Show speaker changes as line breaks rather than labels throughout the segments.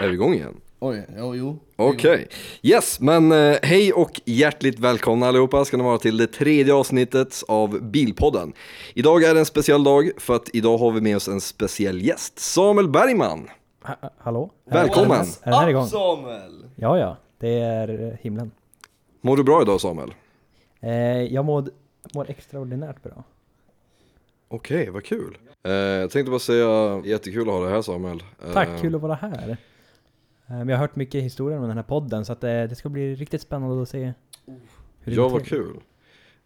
Är vi igång igen?
Oj, jo, jo.
Okej. Yes, men eh, hej och hjärtligt välkomna allihopa ska ni vara till det tredje avsnittet av Bilpodden. Idag är det en speciell dag för att idag har vi med oss en speciell gäst, Samuel Bergman.
Ha- ha- Hallå?
Välkommen!
Är den här igång?
Samuel!
Ja, ja. Det är eh, himlen.
Mår du bra idag Samuel?
Eh, jag mår, mår extraordinärt bra.
Okej, vad kul. Eh, jag tänkte bara säga, jättekul att ha dig här Samuel. Eh,
Tack, kul att vara här. Eh, men jag har hört mycket historier om den här podden så att eh, det ska bli riktigt spännande att se hur det
Ja,
går
vad
till.
kul.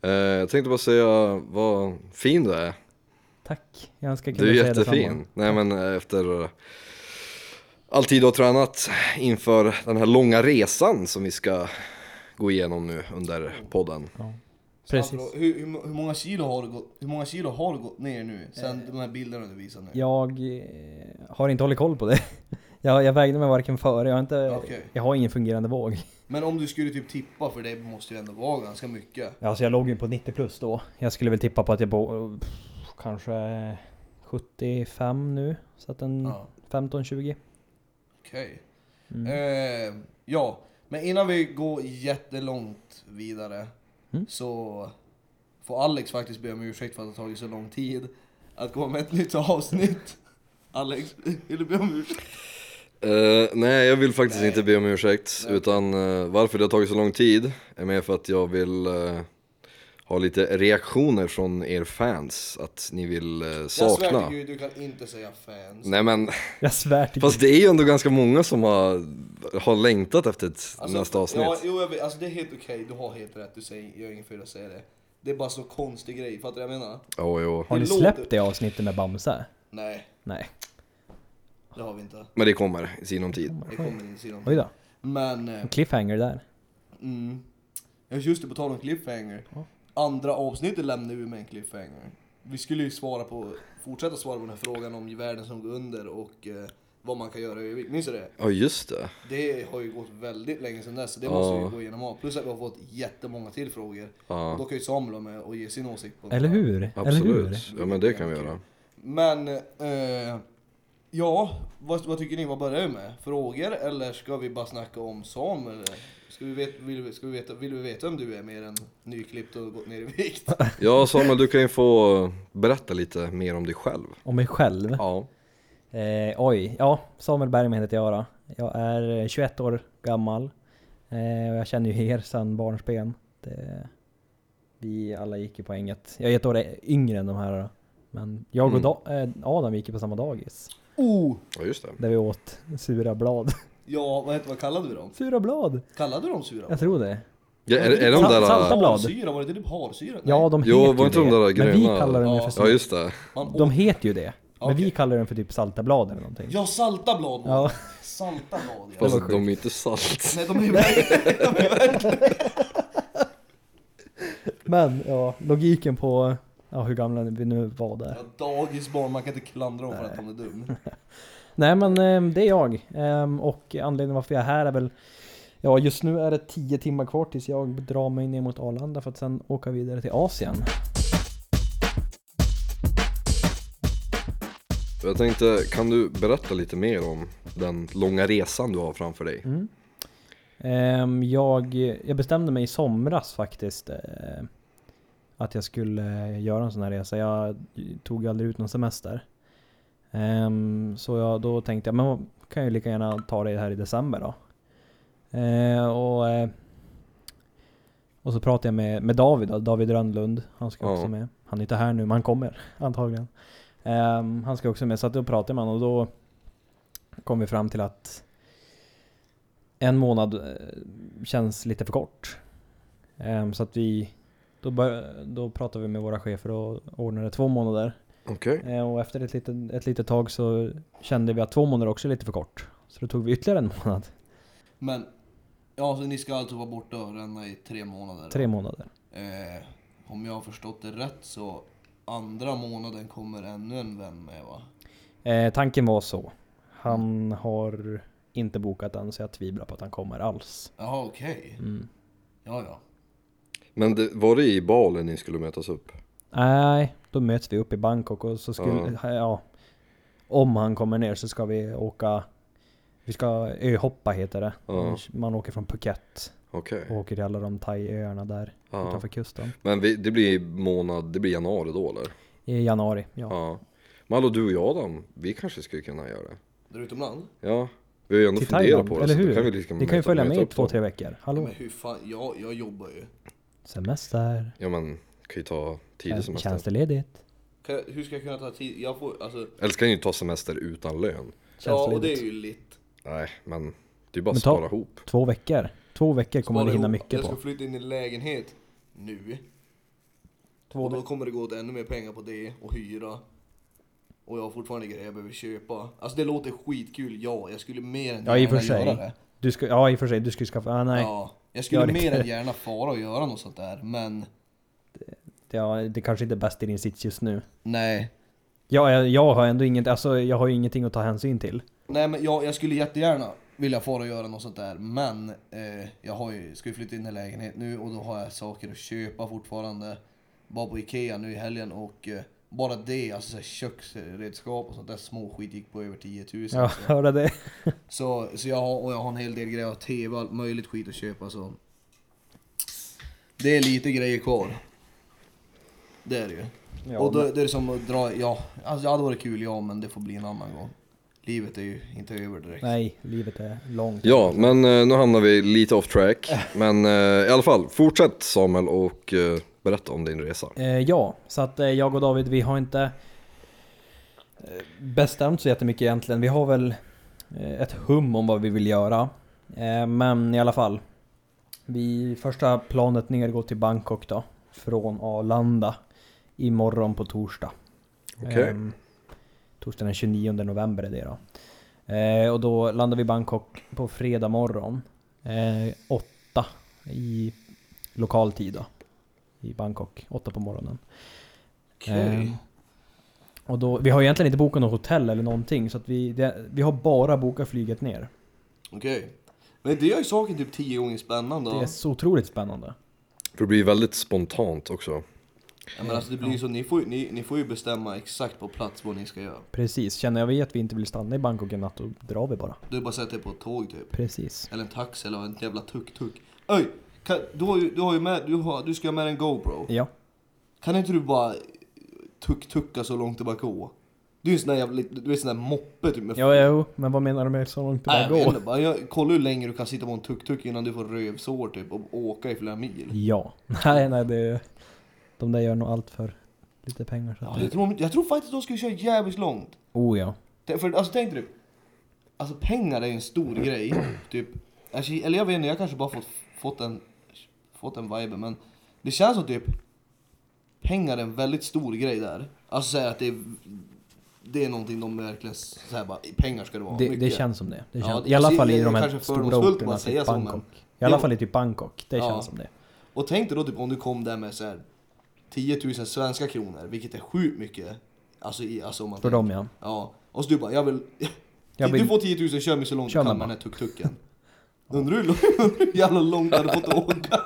Eh, jag tänkte bara säga vad fin du är.
Tack. Jag önskar kunna
Du är
säga
jättefin.
detsamma.
Nej men eh, efter eh, all tid du har tränat inför den här långa resan som vi ska gå igenom nu under podden.
Ja. Precis.
Hur, hur, hur, många kilo har du gått, hur många kilo har du gått ner nu? Sen
Eh.
de här bilderna du visar nu?
Jag eh, har inte hållit koll på det. Jag, jag vägde mig varken före, jag har, inte,
Okej.
jag har ingen fungerande våg.
Men om du skulle typ tippa, för det måste ju ändå vara ganska mycket.
Alltså jag låg ju på 90 plus då. Jag skulle väl tippa på att jag bor pff, kanske 75 nu. Så att en
Ja,
15-20.
okej.
Mm.
Eh, ja, men innan vi går jättelångt vidare
Mm.
så får Alex faktiskt be om ursäkt för att det har tagit så lång tid att komma med ett nytt avsnitt. Alex, vill du be om ursäkt?
Eh, nej, jag vill faktiskt
Nej.
inte be om ursäkt.
Nej.
Utan eh, varför det har tagit så lång tid är mer för att jag vill eh, ha lite reaktioner från er fans. Att ni vill eh,
Jag svär
sakna.
till gud, du kan inte säga fans.
Nej men,
Jag svär till
fast det är ju ändå ganska många som har, har längtat efter ett
Alltså,
nästa avsnitt.
Ja, jo, jag vet, alltså det är helt okej, du har helt rätt, du säger, gör inget fel att säga det. Det är bara så konstig grej, fattar du vad jag menar?
Jo, jo.
Har ni
det låter-
släppt det avsnittet med Bamse?
Nej,
Nej.
det har vi inte.
Men det kommer i sinom tid.
Det kommer in sidan.
Oj då.
Men, eh,
En cliffhanger där.
mm. Ja, Just det, på tal om cliffhanger.
Ja.
Andra avsnittet lämnade vi med en cliffhanger. Vi skulle ju svara på, fortsätta svara på den här frågan om världen som går under och eh, vad man kan göra i övrigt. Minns du det?
Ja, just det.
Det har ju gått väldigt länge sedan dess, så det
Ja.
måste vi ju gå igenom av. Plus att vi har fått jättemånga till frågor.
Ja.
Då kan ju Samuel vara med och ge sin åsikt på det
Eller
här.
hur? Eller hur?
Absolut, ja men det kan vi göra.
Men, eh, ja, vad, vad tycker ni? Vad börjar vi med? Frågor eller ska vi bara snacka om Samuel? Ska vi veta, vill, vi- ska vi veta, vill vi veta om du är mer än nyklippt och gått ner i vikt?
Ja Samuel, du kan ju få berätta lite mer om dig själv.
Om mig själv.
Ja.
Eh, oj, ja. Samuel Bergman heter jag då. Jag är eh, 21 år gammal. Eh, och jag känner ju er sedan barnsben. Det, vi alla gick ju på enget. Jag är ett år yngre än de här då. Men jag och
Mm.
da- eh, Adam gick ju på samma dagis.
Oh!
ja, just det.
Där vi åt sura blad.
Ja, vad, heter, vad kallade vi dem?
sura blad?
Kallade du dem sura?
Jag tror det.
Ja, är, är de
Salt-
där...
salta- blad.
Syra, var det inte typ harsyra?
Ja, de
Jo,
heter
var
ju
inte de
det.
där
Men vi
gröna?
kallar den ju
Ja.
för
Ja
sura.
just det.
Man åt,
De heter ju det. Men
Okej.
vi kallar den för typ salta blad eller någonting.
ja, salta blad var
Ja.
det. Salta blad ja.
Fast
var sjukt.
de är ju inte salt.
Nej, de är ju
Men ja, logiken på ja, hur gamla vi nu var där.
Ja, dagisbarn, man kan inte klandra dem för att de är dum.
Nej men ehm, det är jag. Ehm, Och anledningen varför jag är här är väl Ja just nu är det 10 timmar kvar tills jag drar mig ner mot Arlanda för att sen åka vidare till Asien.
Jag tänkte, kan du berätta lite mer om den långa resan du har framför dig?
Mm. Ehm, Jag, jag bestämde mig i somras faktiskt eh, att jag skulle eh, göra en sån här resa. Jag tog ju aldrig ut någon semester. Ehm, Så jag, då tänkte jag, men vad- kan jag ju lika gärna ta det här i december då. Eh, Och, eh, och så pratade jag med, med David, då, David Rönnlund. Han ska
Ja.
också med. Han är inte här nu, men han kommer antagligen. Ehm, han ska också med, så att då pratade man och då kom vi fram till att en månad eh, känns lite för kort. Ehm, så att vi, då, bör, då pratade vi med våra chefer och ordnade två månader.
Okej.
Eh, och efter ett litet, ett litet tag så kände vi att två månader också är lite för kort. Så då tog vi ytterligare en månad.
Men, ja, så ni ska alltså vara borta och ränna i tre månader?
Tre månader.
Eh, om jag har förstått det rätt så andra månaden kommer ännu en vän med va?
Eh, tanken var så. Han har inte bokat än så jag tvivlar på att han kommer alls.
Jaha okej.
Mm.
Ja ja.
Men det, var det i Bali ni skulle mötas upp?
Nej, då möts vi upp i Bangkok och så skulle... Ja. Om han kommer ner så ska vi åka... Vi ska öhoppa heter det.
Ja.
Man åker från Phuket
Okej.
och åker till alla de thaiöarna där
Ja.
utanför kusten.
Men vi, det blir månad, det blir januari då eller?
I januari, ja.
Ja. Men hallå du och jag Adam, vi kanske skulle kunna göra det.
Där utomlands?
Ja, vi har ju ändå
Till
funderat
Thailand,
på det.
eller
så då
hur?
Kan vi liksom
Ni kan ju
möta-
följa
möta
med i
upp
två,
dem. Mm.
tre veckor.
Ja,
Hallå?
men hur fan, jag, jag jobbar ju.
Semester.
Ja men, kan ju ta tidig
eh,
semester.
Tjänstledigt.
Kan, jag- hur ska jag kunna ta tid? Jag får, alltså,
Eller ska ni ju ta semester utan lön.
ja, och det
Tjänstledigt.
är ju lite.
Nej, men det är ju bara
Men
att
ta-
spara ihop.
Två veckor. Två veckor kommer du
Spara
hinna
ihop.
mycket
Jag ska
på.
flytta in i lägenhet nu.
Två
och då
veckor.
kommer det gå åt ännu mer pengar på det och hyra. Och jag har fortfarande grejer jag behöver köpa. Alltså det låter skitkul, ja. Jag skulle mer än
Ja, i och för
gärna göra
sig.
det.
Du ska, ja i och för sig, du ska ju skaffa... Ah, nej.
Ja, jag skulle
Gör det
mer
inte.
än gärna fara och göra något sånt där. Men
Det, ja, det kanske inte är bäst i din sits just nu.
nej.
Ja, jag, jag har ändå inget, alltså, jag har ju ingenting att ta hänsyn till.
Nej men jag, jag skulle jättegärna vilja fara och göra något sånt där. Men eh, jag har ju, ska ju flytta in i lägenhet nu och då har jag saker att köpa fortfarande. Bara på Ikea nu i helgen och eh, bara det, alltså så här köksredskap och sånt där småskit gick på över 10 000.
Ja,
så-
hörde det?
Så, så jag, har, och jag har en hel del grejer, jag har TV och allt möjligt skit att köpa så. Det är lite grejer kvar. Det är det ju.
Ja,
och då, det är som att dra, ja, alltså det hade varit kul ja men det får bli en annan gång. Livet är ju inte över direkt.
Nej, livet är långt.
Ja, men eh, nu hamnar vi lite off
Äh.
track. Men eh, i alla fall, fortsätt Samuel och eh, berätta om din resa.
Eh, ja, så att eh, jag och David, vi har inte eh, bestämt så jättemycket egentligen. Vi har väl eh, ett hum om vad vi vill göra. Eh, men i alla fall. Vi, första planet ner går till Bangkok då. Från Arlanda. Imorgon på torsdag.
Okej.
Ehm, torsdagen den 29 november är det då. Eh, och då landar vi i Bangkok på fredag morgon. Eh, åtta i lokal tid då. I Bangkok, åtta på morgonen. Ehm, och då, vi har egentligen inte bokat något hotell eller någonting så att vi, det, vi har bara bokat flyget ner.
Okej. Men det gör ju saken typ tio gånger spännande.
Det är så otroligt spännande.
För det blir väldigt spontant också.
ja, men alltså det blir ju så, ni får, ju- ni, ni får ju bestämma exakt på plats vad ni ska göra.
Precis, känner jag vi att vi inte vill stanna i Bangkok en natt då drar vi bara.
Du bara att sätta er på ett tåg typ.
Precis.
Eller en taxi eller en jävla tuk-tuk. Öj! Kan, du har ju, du har ju med, du, har, du ska ha med en GoPro.
Ja.
Kan inte du bara tuk-tucka så långt det bara går? Du är ju en sån där jävla, du är en sån där moppe typ med
Ja, jo, men vad menar du med så långt det
Nej, jag
bara
vet
går?
inte, bara, jag, kolla hur länge du kan sitta på en tuk-tuk innan du får rövsår typ och åka i flera mil.
Ja. Nej, nej, det, de där gör nog allt för lite pengar. Så
Ja,
att
jag, tror, jag tror faktiskt att de skulle köra jävligt långt.
oh ja.
Det- För alltså tänkte du, alltså pengar är ju en stor grej. Typ, alltså, eller jag vet inte, jag kanske bara fått, fått en, fått en vibe men det känns som typ pengar är en väldigt stor grej där. Alltså säga att det är, det är någonting de verkligen så här bara, pengar ska det vara.
Det,
mycket.
det känns som det. det
Ja,
känns,
det-
I alla
alltså,
fall
det
i
är
de här
kanske
stora
fördomsfullt
orterna,
att
typ
säga så, men-
Bangkok. I alla
Jo.
fall i typ Bangkok, det
Ja.
känns som det.
Och tänk dig då typ om du kom där med så här 10 000 svenska kronor, vilket är sjukt mycket. Alltså, i, alltså om man
För
tänker-
dem ja.
Ja, och så du bara, jag vill...
Jag
du
vill-
får 10 000, kör mig så långt
Kör
du kan
mig
med den här tuk-tuken. Undrar hur lång- hur jävla långt du hade fått åka?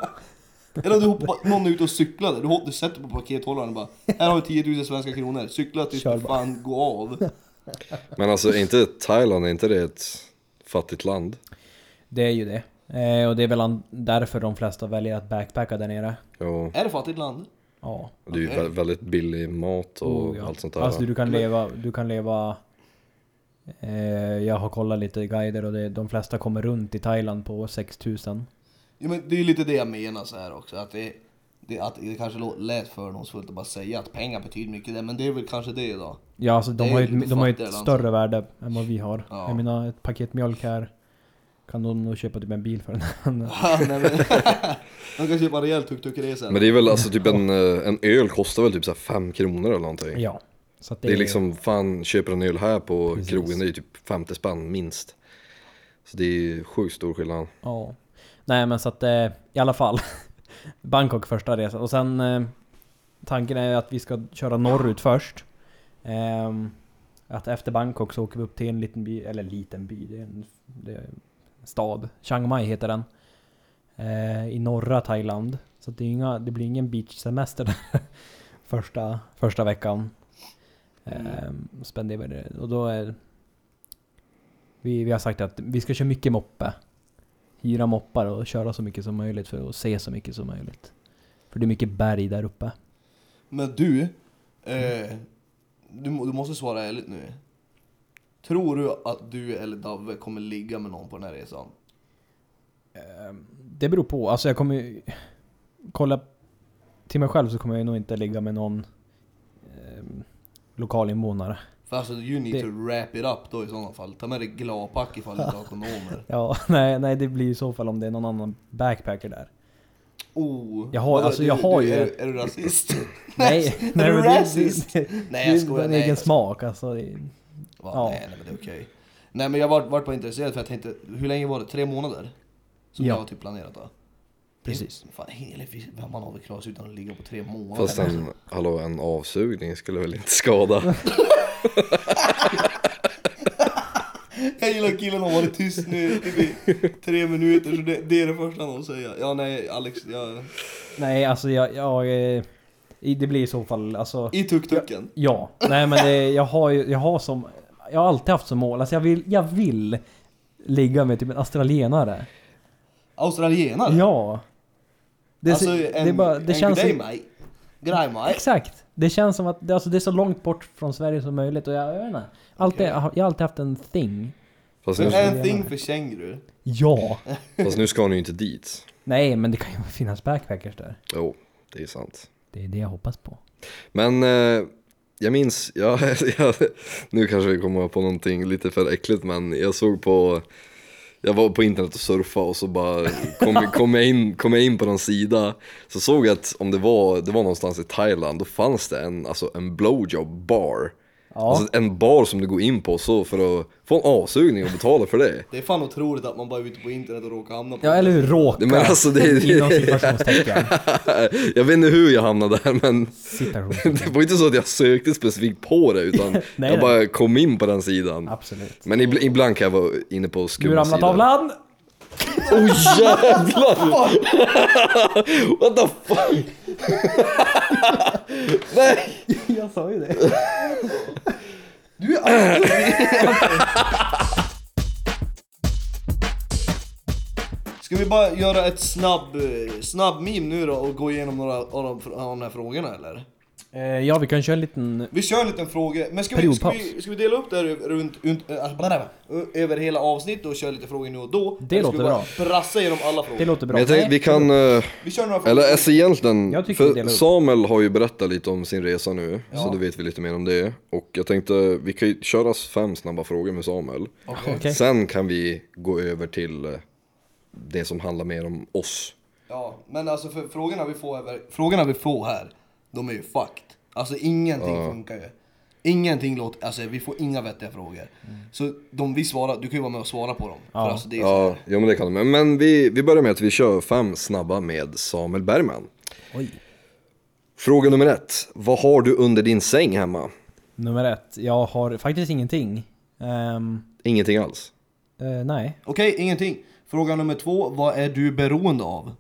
Eller om du hoppar, någon är ute och cyklade, du, hoppar, du sätter på pakethållaren och bara Här har du 10 000 svenska kronor, cykla tills
Kör
du
bara."
fan går av.
Men alltså, är inte Thailand, är inte det ett fattigt land?
Det är ju det. Eh, och det är väl an- därför de flesta väljer att backpacka där nere.
Jo,
Är det fattigt land?
Ja.
det är ju vä- väldigt billig mat och
Oh, ja.
allt sånt där.
Alltså du kan
Men-
leva, du kan leva... Eh, jag har kollat lite guider och det, de flesta kommer runt i Thailand på 6000.
Ja, men det är ju lite det jag menar så här också, att det, det, att det kanske lå- lät fördomsfullt att bara säga att pengar betyder mycket, där, men det är väl kanske det då.
Ja alltså
Det
de
är
har
ju
ju,
lite
ett- de har ju
fattigare
ett
land,
större värde än vad vi har.
Ja.
Jag menar ett paket mjölk här kan de nog köpa typ en bil för. Den.
Nej, men, de kan köpa en rejäl tuk-tuk-resa.
Men det är väl alltså typ en, eh, en öl kostar väl typ så här 5 kronor eller någonting.
ja. Så att
Det är liksom, fan köper en öl här på
Precis.
krogen, det är ju typ 50 spänn minst. Så det är ju sjukt stor skillnad.
Ja. Nej men så att eh, i alla fall. Bangkok första resan. Och sen eh, tanken är att vi ska köra norrut först. Ehm, att efter Bangkok så åker vi upp till en liten by, eller liten by, det är en, det är en stad. Chiang Mai heter den. Eh, I norra Thailand. Så att det, är inga, det blir ingen beachsemester där första, första veckan. Ehm, spenderar vi det. Och då är Vi, vi har sagt att vi ska köra mycket moppe. Hyra moppar och köra så mycket som möjligt för att se så mycket som möjligt. För det är mycket berg där uppe.
Men du, eh, du, må- du måste svara ärligt nu. Tror du att du eller Davve kommer ligga med någon på den här resan?
Ehm, Det beror på. Alltså jag kommer ju... Kolla till mig själv så kommer jag nog inte ligga med någon ehm, lokalinvånare.
För alltså you need
Det-
to wrap it up då i sådana fall. Ta med dig glapack ifall du inte har kondomer.
Ja, nej, nej det blir i så fall om det är någon annan backpacker där.
Oh,
Jag har-
vad-
alltså,
du,
jag har
du,
ju-
Är, är du rasist?
Nej,
Är
nej
du
men det- det-
racist?
det-
Nej,
det
jag
är
skojar,
en
nej,
egen
jag
smak alltså. Det-
Va?
Ja.
Nej, nej men det är okej. Nej men jag vart var bara intresserad för jag tänkte, hur länge var det? Tre månader? Som
Ja.
jag har typ planerat då?
Precis.
Det- Fan, eller vem man har väl klarat sig utan att ligga på tre månader?
Fast en, hallå, en avsugning skulle väl inte skada?
Jag gillar killen har varit tyst nu typ i tre minuter så det, det är det första han har att säga. Ja nej Alex, jag...
Nej, alltså jag... jag eh, i- det blir i så fall... Alltså,
I tuk-tuken.
ja. Nej men det, jag har ju... Jag har som... Jag har alltid haft som mål. Alltså jag vill, jag vill ligga med typ en australienare.
Alltså.
Australienare?
Ja. Det,
alltså
det,
en,
är bara, det
en
känns
grej
som,
mig. Grej mig.
Exakt! Det känns som att det, alltså, det är så långt bort från Sverige som möjligt och jag, jag vet inte. Alltid,
Okej.
jag, har- jag har alltid haft en thing.
Fast nu,
En thing för känguru.
Ja!
fast nu ska ni ju inte dit.
Nej, men det kan ju finnas backpackers där.
Jo, det är sant.
Det är det jag hoppas på.
Men eh, jag minns, jag, jag, nu kanske vi kommer på någonting lite för äckligt men jag såg på, jag var på internet och surfade och så bara kom, kom, jag in, kom jag in på någon sida så såg jag att om det var, det var någonstans i Thailand då fanns det en, alltså en blowjob bar.
Ja.
Alltså en bar som du går in på så för att få en avsugning och betala för det.
Det är fan otroligt att man bara är ute på internet och råkar hamna på
Ja, eller hur? Råka.
Men alltså, det är-
Inom citationstecken.
jag vet inte hur jag hamnade där men
Citationstecken.
det var inte så att jag sökte specifikt på det utan
nej.
jag bara kom in på den sidan.
Absolut.
Men ibl- ibland kan jag vara inne på
Nu
skumma
ramlar
sidor.
tavlan!
Åh oh, jävlar! What the fuck? Nej!
jag sa ju det.
Du är Ska vi bara göra ett snabb, eh, snabb meme nu då och gå igenom några av de, av de här frågorna eller?
Eh, ja, vi kan köra en liten...
Vi kör en liten fråga, men ska vi, ska
Periodpaus.
vi, ska vi dela upp det här runt, runt, eh, alltså, blablabla, ö- över hela avsnittet och köra lite frågor nu och då?
Det
Eller ska
låter
vi bara
bra.
Brassa igenom alla frågor.
Det låter bra.
Men jag tänkte
Nej,
vi kan, eh,
Vi kör några frågor.
eller alltså egentligen,
Jag tycker vi delar
för
upp.
Samuel har ju berättat lite om sin resa nu,
Ja.
så då vet vi lite mer om det. Och jag tänkte, vi kan ju köra fem snabba frågor med Samuel.
Okej.
Okej.
Sen kan vi gå över till eh, det som handlar mer om oss.
Ja, men alltså för frågorna vi får över, frågorna vi får här, de är ju fucked. Alltså ingenting funkar ju. Ingenting låter, alltså vi får inga vettiga frågor.
Mm.
Så de vi svarar, du kan ju vara med och svara på dem. För alltså det är så.
Ja, ja men det kan de. Men vi, vi börjar med att vi kör fem snabba med Samuel Bergman.
Oj.
Fråga nummer ett. Vad har du under din säng hemma?
Nummer ett. Jag har faktiskt ingenting. Ehm,
Ingenting alls.
eh, nej.
Okej, ingenting. Fråga nummer två, vad är du beroende av?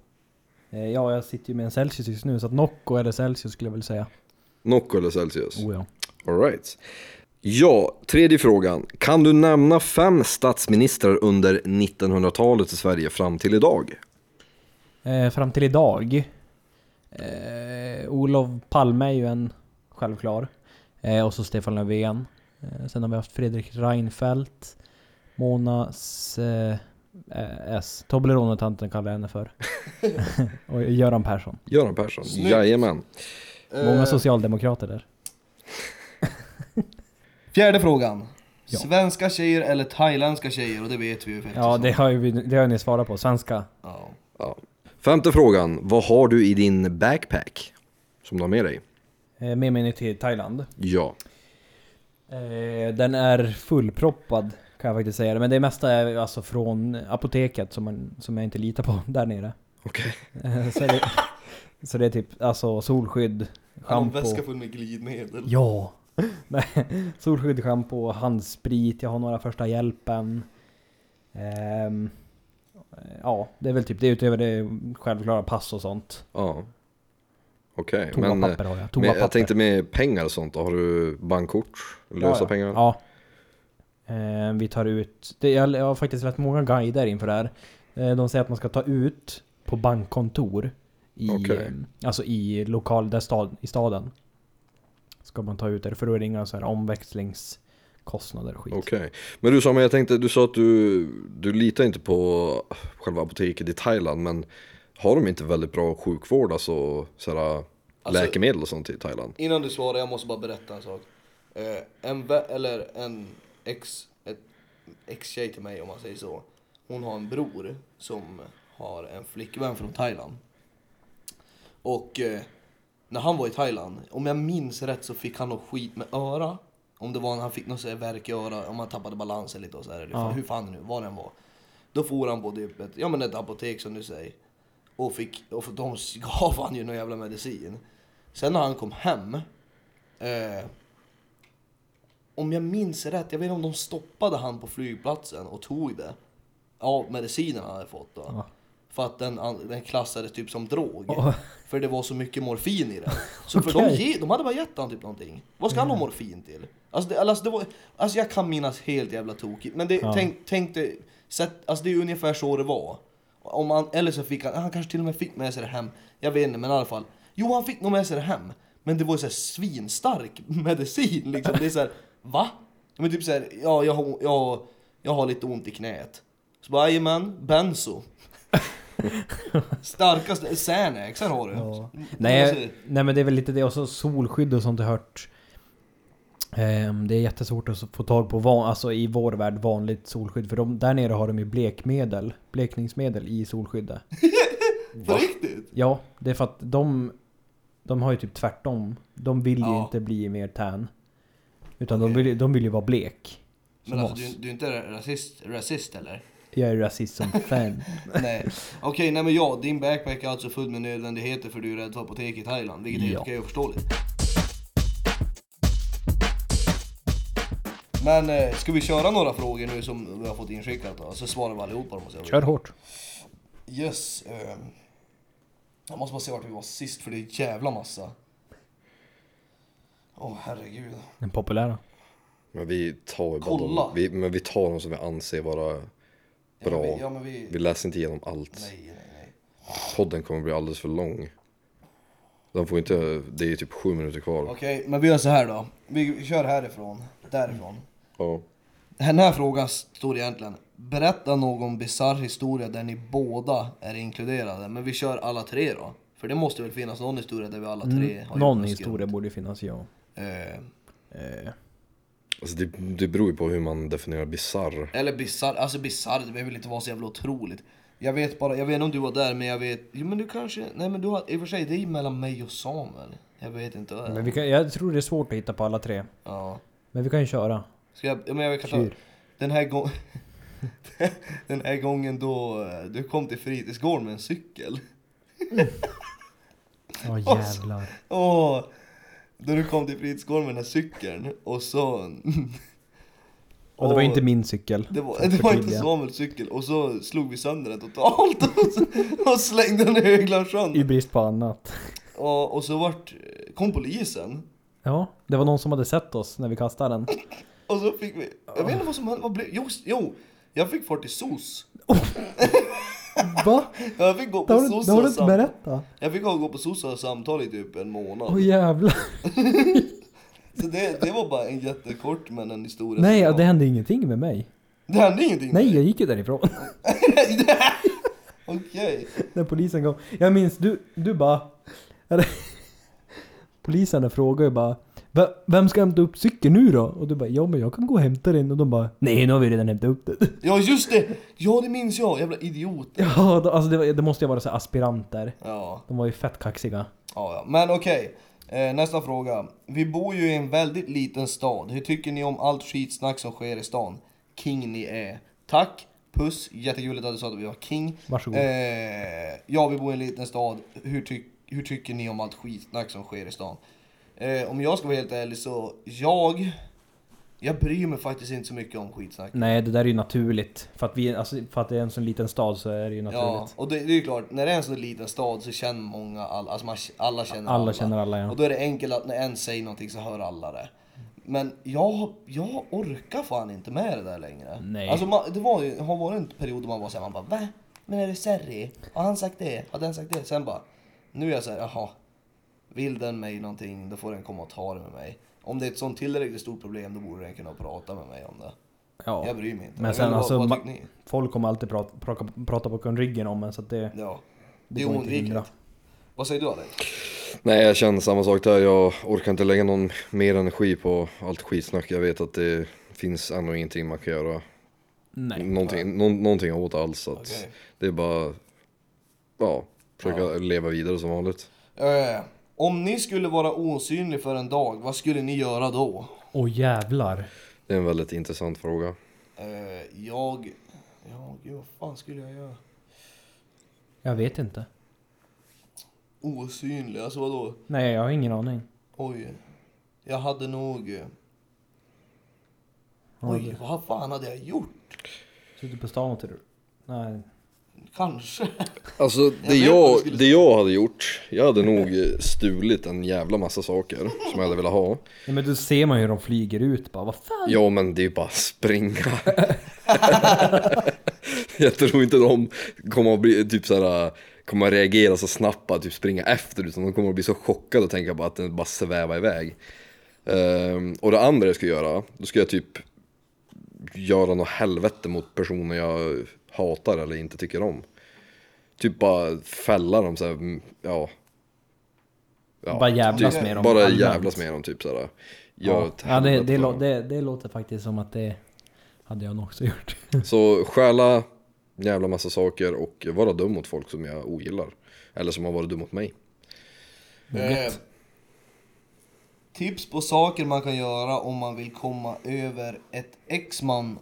Eh, ja, jag sitter ju med en Celsius just nu, så att Nocco eller Celsius skulle jag väl säga.
Nocco eller Celsius?
Oh, ja.
All right. Ja, tredje frågan. Kan du nämna fem statsministrar under 1900-talet i Sverige fram till idag?
Eh, fram till idag. Eh, Olof Palme är ju en självklar. Eh, och så Stefan Löfven. Eh, sen har vi haft Fredrik Reinfeldt. Mona S... Eh, S. Toblerone-tanten kallar jag henne för. och Göran Persson.
Göran Persson?
Snyggt.
Jajamän.
Många socialdemokrater där.
Fjärde frågan.
Ja.
Svenska tjejer eller thailändska tjejer? Och det vet vi ju faktiskt.
Ja, det har ju vi- det har ni svarat på. Svenska.
Ja.
Ja. Femte frågan. Vad har du i din backpack? Som du har med dig?
Eh, med mig ner till Thailand.
Ja.
Eh, den är fullproppad kan jag faktiskt säga det. Men det mesta är alltså från apoteket som, man, som jag inte litar på där nere.
Okej.
Eh, så, det, så det är typ alltså solskydd,
En
schampo.
väska full med glidmedel.
Ja! Nej, solskydd, schampo, handsprit, jag har några första hjälpen. Ehm, ja, det är väl typ det utöver det självklara pass och sånt.
Ja. Okej. Men, eh,
Toapapper har jag.
men
Toapapper.
jag tänkte med pengar och sånt. Har du bankkort? Lösa
ja, ja.
pengar?
Ja. Eh, vi tar ut, det, jag, jag har faktiskt rätt många guider inför det här. Eh, de säger att man ska ta ut på bankkontor. I,
Okej.
eh, Alltså i lokal, där stad, i staden. Ska man ta ut det, för då är det inga så här omväxlingskostnader och skit.
Okej. Men du Samuel, jag tänkte, du sa att du, du litar inte på själva apoteket i Thailand, men har de inte väldigt bra sjukvård, alltså, såhär,
Alltså-
läkemedel och sånt i Thailand?
Innan du svarar, jag måste bara berätta en sak. Eh, en vä- eller en ex, ett, ex-tjej till mig om man säger så. Hon har en bror som har en flickvän från Thailand. Och eh, när han var i Thailand, om jag minns rätt så fick han något skit med öra. Om det var när han fick något så här värk i öra, om han tappade balansen lite och så här, eller
Ja.
hur fan det nu vad den var. Då for han på typ ett, ja, men ett apotek som du säger. Och, fick, och för de gav han ju någon jävla medicin. Sen när han kom hem. Eh, om jag minns rätt, jag vet inte om de stoppade han på flygplatsen och tog det. Ja, medicinen han hade fått då.
Ja.
För att den, an- den klassades typ som drog.
Ja.
För det var så mycket morfin i den. Så för de,
Okej.
ge, de hade bara gett han typ någonting. Vad ska han
Mm.
ha morfin till? Alltså, det, alltså, det var, alltså jag kan minnas helt jävla tokigt. Men det,
Ja.
tänk, tänk dig, sätt, alltså det är ungefär så det var. Om han, eller så fick han, han kanske till och med fick med sig det hem. Jag vet inte men i alla fall. Jo han fick nog med sig det hem. Men det var ju såhär svinstark medicin liksom. Det är såhär, va? Ja, Men typ såhär, ja jag, har- jag, jag har lite ont i knät. Så bara, jajamän, benzo. Starkaste, Xanax, här har du.
Ja.
Mm,
Nej,
alltså,
nej men det är väl lite det. Och så solskydd och sånt har jag hört. Ehm, det är jättesvårt att få tag på van, alltså i vår värld vanligt solskydd. För de, där nere har de ju blekmedel, blekningsmedel i solskyddet.
På riktigt?
Ja, det är för att de, de har ju typ tvärtom. De vill ju
Ja.
inte bli mer tan. Utan de,
Okej.
vill, de vill ju vara blek. Som
Men alltså, du,
oss.
du är inte rasist, rasist eller?
Jag är rasist som fan.
nej. Okej, nej men ja, din backpack är alltså full med nödvändigheter för du är rädd för apotek i Thailand, vilket är helt
Ja.
okej och förståeligt. Men eh, ska vi köra några frågor nu som vi har fått inskickat då? Så svarar vi allihopa dem och så.
Kör hårt.
Yes. Eh, jag måste bara se vart vi var sist för det är en jävla massa. Åh herregud.
Den populära.
Men vi tar ju bara
Kolla.
dem, vi, men vi tar dem som vi anser vara
Ja, men
bra.
vi- ja, men vi-
Vi läser inte igenom allt.
Nej, nej, nej.
Podden kommer bli alldeles för lång. De får inte, det är ju typ sju minuter kvar.
Okej, men vi gör så här då. Vi kör härifrån. Därifrån.
Ja.
Den här frågan står egentligen. Berätta någon bisarr historia där ni båda är inkluderade. Men vi kör alla tre då. För det måste väl finnas någon historia där vi alla tre har gjort
Mm, Någon
något
historia borde finnas, ja.
skumt. Eh,
Eh,
Alltså det, det beror ju på hur man definierar bizarr.
eller bisarr, alltså bisarr det behöver väl inte vara så jävla otroligt. Jag vet bara, jag vet inte om du var där men jag vet, jo men du kanske, nej men du har, i och för sig det är mellan mig och Samuel. Jag vet inte.
men vi kan, jag tror det är svårt att hitta på alla tre.
Ja.
Men vi kan ju köra.
Ska jag, ja, men jag kan ta,
Kör.
den här gången Den här gången då eh, du kom till fritidsgården med en cykel.
Ja
Alltså,
jävlar.
Åh! Då du kom till fritidsgården med den här cykeln och så...
Och det var ju inte min cykel.
Det var,
För att
det var inte
förtydliga.
Samuels cykel och så slog vi sönder den totalt och, så, och slängde den i Höglandssjön.
I brist på annat.
Och, och så vart, eh, kom polisen.
Ja, det var någon som hade sett oss när vi kastade den.
Och så fick vi... Jag vet inte vad som hände, vad blev... Jo, jo! Jag fick fart i SOS.
Va?
Jag fick gå på SOS och sam-
berättat?
Jag fick gå på sossarnas samtal i typ en månad.
Åh jävlar.
Så det, det var bara en jättekort men en historia.
Nej,
som
ja,
var-
det hände ingenting med mig.
det hände ingenting.
Nej, jag gick ju därifrån.
Okej.
När polisen kom. Jag minns, du, du bara... Eller- Polisen där frågade ju bara "Va- Vem ska hämta upp cykeln nu då? Och du bara ja men jag kan gå och hämta den och de bara Nej nu har vi redan hämtat upp den.
Ja just det. Ja det minns jag. Jävla idiot.
Ja då, alltså det, var- det måste ju vara så här aspiranter.
Ja.
De var ju fett kaxiga.
Ja, ja. Men okej. Eh, nästa fråga. Vi bor ju i en väldigt liten stad. Hur tycker ni om allt skitsnack som sker i stan? King ni är. Tack. Puss. Jättegulligt att du sa att vi var king.
Varsågod.
Eh, ja, vi bor i en liten stad. Hur, ty- hur tycker ni om allt skitsnack som sker i stan? Eh, om jag ska vara helt ärlig så, jag... Jag bryr mig faktiskt inte så mycket om skitsnack.
Nej det där är ju naturligt. För att, vi, alltså, för att det är en sån liten stad så är det ju
Ja,
naturligt.
och det, det är ju klart, när det är en så liten stad så känner många alla, alltså man, alla känner
alla känner alla ja.
Och då är det enkelt att när en säger någonting så hör alla det. Men jag, jag orkar fan inte med det där längre.
Nej.
Alltså man, det var ju, har varit en period då man var såhär, man bara va? Men är det Serri? Har han sagt det? Har den sagt det? Sen bara, nu är jag såhär, jaha. Vill den mig någonting, då får den komma och ta det med mig. Om det är ett sånt tillräckligt stort problem, då borde den kunna prata med mig om det.
Ja.
Jag bryr mig inte.
Men
Jag
sen
vet,
alltså,
vad, vad
ma-
tycker ni?
folk kommer alltid prata, prata, prata bakom ryggen om en så att det,
Ja.
det
Det är
går inte att
oundvikligt.
hindra.
Vad säger du Alex?
Nej, jag känner samma sak där. Jag orkar inte lägga någon mer energi på allt skitsnack. Jag vet att det finns ändå ingenting man kan göra
Nej.
någonting, nå- någonting åt alls. Så att
Okej.
Det är bara, ja, försöka leva vidare som vanligt.
Eh, om ni skulle vara osynlig för en dag, vad skulle ni göra då?
Åh jävlar.
Det är en väldigt intressant fråga.
Eh, jag... Ja, gud, vad fan skulle jag göra?
Jag vet inte.
Osynlig, alltså vadå?
Nej, jag har ingen aning.
Oj. Jag hade nog... eh,
Har
Oj,
du
vad fan hade jag gjort?
suttit på stan och till Nej.
Kanske.
Alltså det
vet vad du
jag,
skulle
det jag hade gjort, jag hade nog eh, stulit en jävla massa saker som jag hade velat ha.
Nej men då ser man ju hur de flyger ut bara, vad fan?
Ja men det är ju bara att springa. jag tror inte de kommer att bli typ såhär, kommer att reagera så snabbt att typ springa efter utan de kommer att bli så chockade och tänka på att den bara svävar iväg. Ehm, och det andra jag ska göra, då ska jag typ göra något helvete mot personer jag hatar eller inte tycker om. Typ bara fälla dem såhär, ja. ja.
Bara jävlas
typ,
med dem.
Bara
allmänt.
jävlas med dem typ såhär. Gör
Ja,
ett
ja det,
helvete
det,
med
lå-
dem.
det, det låter faktiskt som att det hade jag nog också gjort.
Så stjäla en jävla massa saker och vara dum mot folk som jag ogillar. Eller som har varit dum mot mig.
Eh, tips på saker man kan göra om man vill komma över ett ex man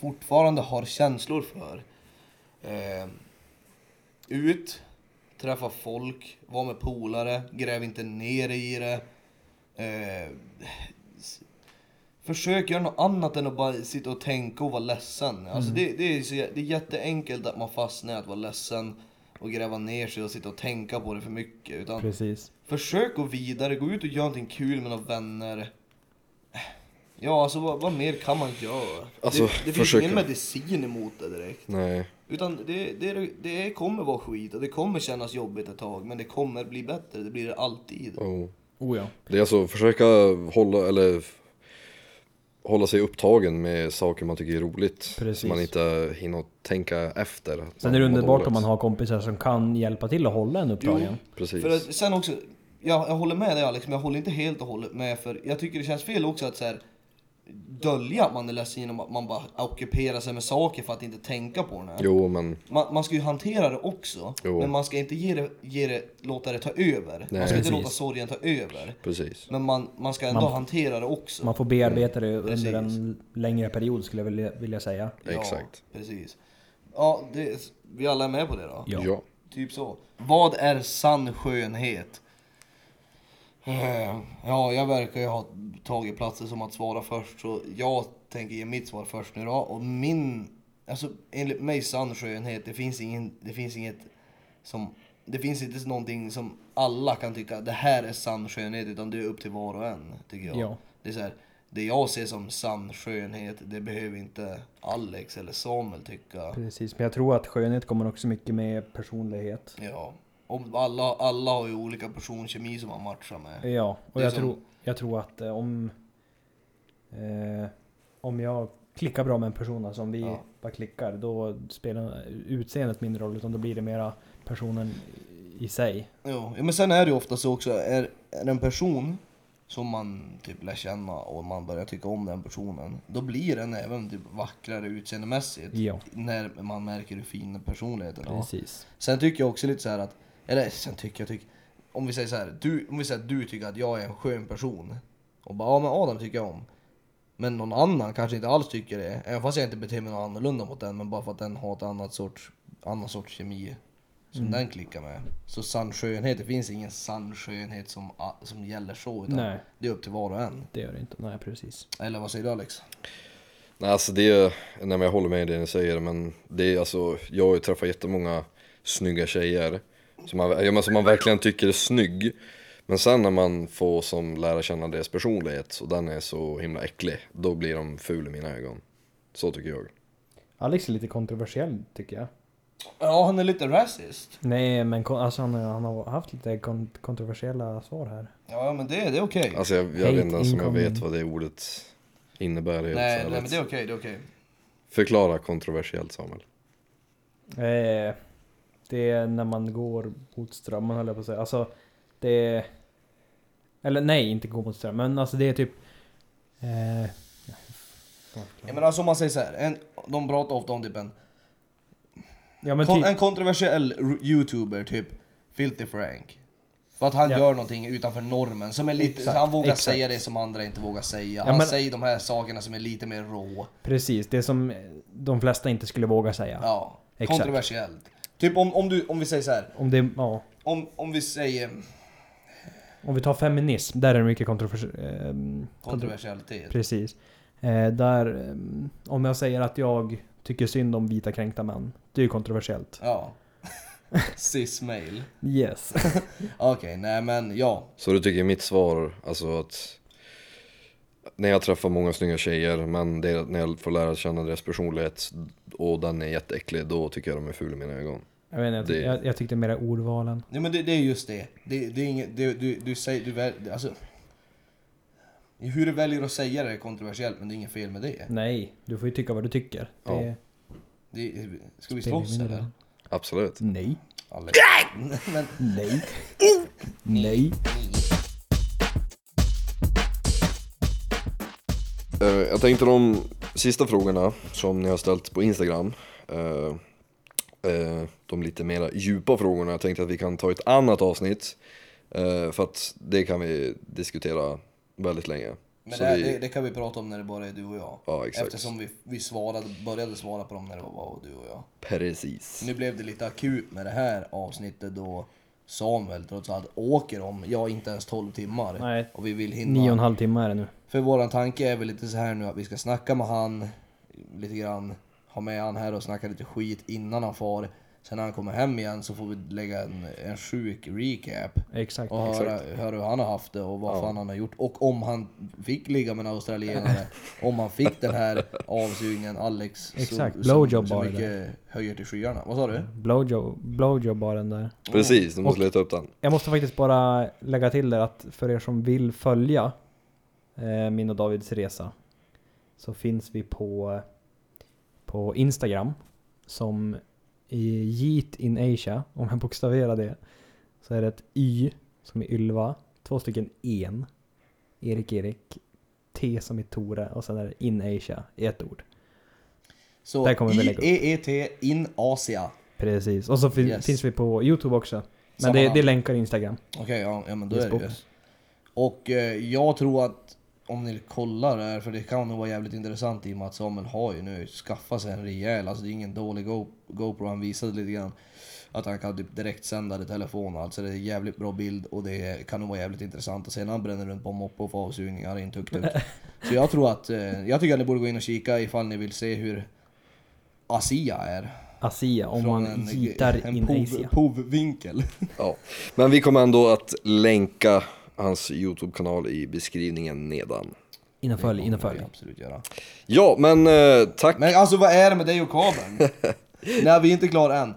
fortfarande har känslor för. Eh, ut, träffa folk, var med polare, gräv inte ner dig i det. Eh, s- Försök göra något annat än att bara sitta och tänka och vara ledsen. Alltså det, det, är så, jä- det är jätteenkelt att man fastnar i att vara ledsen och gräva ner sig och sitta och tänka på det för mycket. Utan
Precis.
Försök gå vidare, gå ut och gör någonting kul med några vänner. Ja, alltså vad, vad mer kan man göra?
Alltså,
det det finns
försök-
ingen medicin emot det direkt.
Nej.
Utan det, det, det kommer vara skit och det kommer kännas jobbigt ett tag, men det kommer bli bättre. Det blir det alltid.
Oh.
Oh ja.
Det är alltså försöka hålla, eller f- hålla sig upptagen med saker man tycker är roligt.
Precis.
Så man inte hinner tänka efter. att
Sen är det
man har
underbart
dåligt.
om man har kompisar som kan hjälpa till att hålla en upptagen.
Precis.
För att, sen också, jag, jag håller med dig Alex, men jag håller inte helt och hållet med för jag tycker det känns fel också att så här, dölja att man är ledsen genom att man bara ockuperar sig med saker för att inte tänka på det.
Jo men.
Man, man ska ju hantera det också,
Jo.
men man ska inte ge det, ge det, låta det ta över. man ska
precis.
inte låta sorgen ta över.
Precis.
Men man, man ska ändå
Man-
hantera det också.
Man får bearbeta det under
Precis.
en längre period skulle jag vilja, vilja säga.
Exakt.
Ja, precis. Ja, det, vi alla är med på det då?
Ja.
Ja.
Typ så. Vad är sann skönhet? Eh, Ja, jag verkar ju ha tagit platser som att svara först, så jag tänker ge mitt svar först nu då. Och min, alltså enligt mig sann skönhet, det finns, ingen, det finns inget som, det finns inte någonting som alla kan tycka, det här är sann skönhet, utan det är upp till var och en, tycker jag.
Ja.
Det är så här, det jag ser som sann skönhet, det behöver inte Alex eller Samuel tycka.
Precis, men jag tror att skönhet kommer också mycket med personlighet.
Ja. Om alla, alla har ju olika personkemi som man matchar med.
Ja,
Det
och
är
jag,
som-
tror, jag tror att eh, om... Eh, om jag klickar bra med en person, alltså om vi
Ja.
bara klickar, då spelar utseendet mindre roll, utan då blir det mera personen i sig.
Jo, ja, men sen är det ju ofta så också, är, är det en person som man typ lär känna och man börjar tycka om den personen, då blir den även typ vackrare utseendemässigt.
Ja.
När man märker hur fin personligheten är.
Precis.
Sen tycker jag också lite så här att, eller sen tycker jag, tycker, om vi säger så här, du, om vi säger att du tycker att jag är en skön person och bara ja men Adam tycker jag om. Men någon annan kanske inte alls tycker det, även fast jag inte beter mig något annorlunda mot den, men bara för att den har ett annat sorts, annan sorts kemi som den klickar med. Så sann skönhet, det finns ingen sann skönhet som, a- som gäller så, utan
Nej.
det är upp till var och en.
Det gör det inte. Nej, precis.
Eller vad säger du Alex?
Nej, alltså det är, nej, men jag håller med i det ni säger, men det är alltså, jag har ju träffat jättemånga snygga tjejer som man, ja, men som man verkligen tycker är snygg, Men sen när man får som lära känna deras personlighet och den är så himla äcklig, då blir de ful i mina ögon. Så tycker jag.
Alex är lite kontroversiell tycker jag.
Ja, han är lite racist.
Nej men kon- alltså, han, har- han har haft lite kon- kontroversiella svar här.
Ja, men det, det är okej.
Alltså jag, jag
Hate
vet inte ens om jag
incoming.
vet vad det ordet innebär helt
Nej, nej,
ärligt.
men det är okej, det är okej.
Förklara kontroversiellt Samuel.
Eh, det är när man går mot strömmen höll jag på att säga. Alltså det är... Eller nej, inte gå mot strömmen. Men alltså det är typ... Eh,
Ja, men alltså om man säger så här, en, de pratar ofta om typ en,
ja men
kon,
typ...
en kontroversiell r- youtuber, typ Filthy Frank. För att han
Ja.
gör någonting utanför normen, som är lite,
Exakt,
han vågar
exakt.
säga det som andra inte vågar säga.
Ja,
han
men-
säger de här sakerna som är lite mer rå.
Precis, det som de flesta inte skulle våga säga.
Ja,
Exakt.
kontroversiellt. Typ om, om, du, om vi säger så här,
Om, det, ja,
om, om vi säger
om vi tar feminism, där är det mycket kontroversiellt. Eh, kontro-
kontroversialitet.
Precis. Eh, där, ehm, om jag säger att jag tycker synd om vita kränkta män. Det är ju kontroversiellt.
Ja. Cis-mail.
Yes.
Okej, nej men ja.
Så du tycker mitt svar, alltså att när jag träffar många snygga tjejer, men det, när jag får lära känna deras personlighet och den är jätteäcklig, då tycker jag de är ful i mina ögon.
Jag, vet inte, jag, tyck-
Det-
jag, jag tyckte mer ordvalen.
Nej men det, det är just det. Det, det är inget, det, du, du säger, du väl, alltså. Hur du väljer att säga det är kontroversiellt men det är inget fel med det.
Nej, du får ju tycka vad du tycker.
Ja.
Det,
det ska vi
det är min
slåss eller?
roll.
Absolut.
Nej.
Alex. men,
Nej. Nej.
Eh, Jag tänkte de sista frågorna som ni har ställt på Instagram. eh, eh, De lite mera djupa frågorna. Jag tänkte att vi kan ta ett annat avsnitt. eh, För att det kan vi diskutera väldigt länge.
men
Så
det, här,
vi-
det, det kan vi prata om när det bara är du och jag.
Ja, exakt.
Eftersom vi, vi svarade, började svara på dem när det var bara du och jag.
Precis.
Nu blev det lite akut med det här avsnittet då Samuel trots allt åker om, ja inte ens 12 timmar.
Nej.
Och vi vill hinna.
Nio och en halv timme är det nu.
För våran tanke är väl lite så här nu att vi ska snacka med han lite grann. Ha med han här och snacka lite skit innan han far. Sen när han kommer hem igen så får vi lägga en, en sjuk recap.
Exakt.
Och höra, höra hur han har haft det och vad fan han har gjort. Och om han fick ligga med en australienare. om han fick den här avsugningen Alex.
Exakt,
så,
blowjob
så, så
bara Mm.
mycket höjer till skyarna. Vad sa du?
Blowjob, blowjob-baren där.
Precis, du måste
Och-
leta upp den.
Jag måste faktiskt bara lägga till där att för er som vill följa eh, min och Davids resa så finns vi på, på Instagram som i Yeet in Asia, om jag bokstaverar det, så är det ett Y som är Ylva, två stycken en, Erik Erik, T som är Tore och sen är det in Asia i ett ord.
Så
Där kommer vi lägga upp.
IEET in Asia.
Precis, och så fin-
Yes.
finns vi på Youtube också. Men
Samma
det,
namn.
det länkar Instagram.
Okej, ja, ja men då är det ju.
Xbox.
Och eh, jag tror att om ni kollar här, för det kan nog vara jävligt intressant i och med att Samuel har ju nu skaffat sig en rejäl, alltså det är ingen dålig Go- GoPro, han visade lite grann att han kan typ direkt sända det i telefon, alltså det är jävligt bra bild och det kan nog vara jävligt intressant att se när han bränner runt på en moppe och får avsugningar i en tuk-tuk. Så jag tror att, eh, jag tycker att ni borde gå in och kika ifall ni vill se hur Asia är.
Asia, om
Från
man gitar
en
in
pov-
Asia.
Povvinkel.
Ja. Men vi kommer ändå att länka hans Youtube-kanal i beskrivningen nedan.
Innan följ, innan
Det
följ.
vill jag Absolut göra.
Ja, men eh, tack.
Men alltså vad är det med dig och kabeln? Nej vi är inte klara än.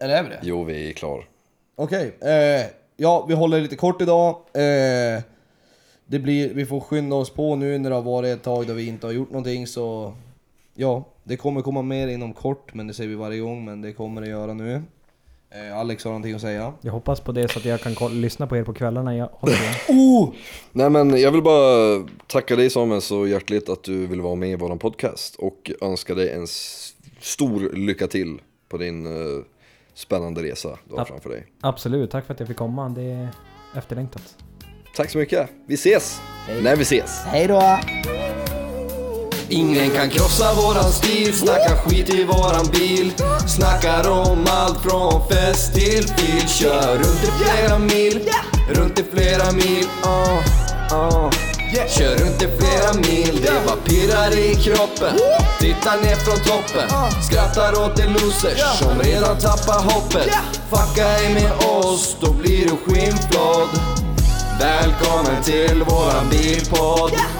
Eller är vi det?
Jo, vi är klar.
Okej, eh, ja vi håller lite kort idag. Eh, det blir, vi får skynda oss på nu när det har varit ett tag där vi inte har gjort någonting så ja, det kommer komma mer inom kort men det säger vi varje gång men det kommer det göra nu. Eh, Alex har någonting att säga.
Jag hoppas på det så att jag kan koll- lyssna på er på kvällarna. Jag håller med.
Oh!
Nej men jag vill bara tacka dig Samuel så hjärtligt att du vill vara med i våran podcast och önska dig en s- stor lycka till på din eh, spännande resa du har
Ja.
framför dig.
Absolut, tack för att jag fick komma. Det är efterlängtat.
Tack så mycket, vi ses! När vi ses!
Hej då!
Ingen kan krossa våran stil, snacka skit i våran bil Snackar om allt från fest till fil Kör runt i flera mil, runt i flera mil ah, ah. Kör runt i flera mil, det bara pirrar i kroppen Tittar ner från toppen, skrattar åt de losers som redan tappar hoppet Fucka ej med oss, då blir du skinnflådd
Välkommen till våran bilpodd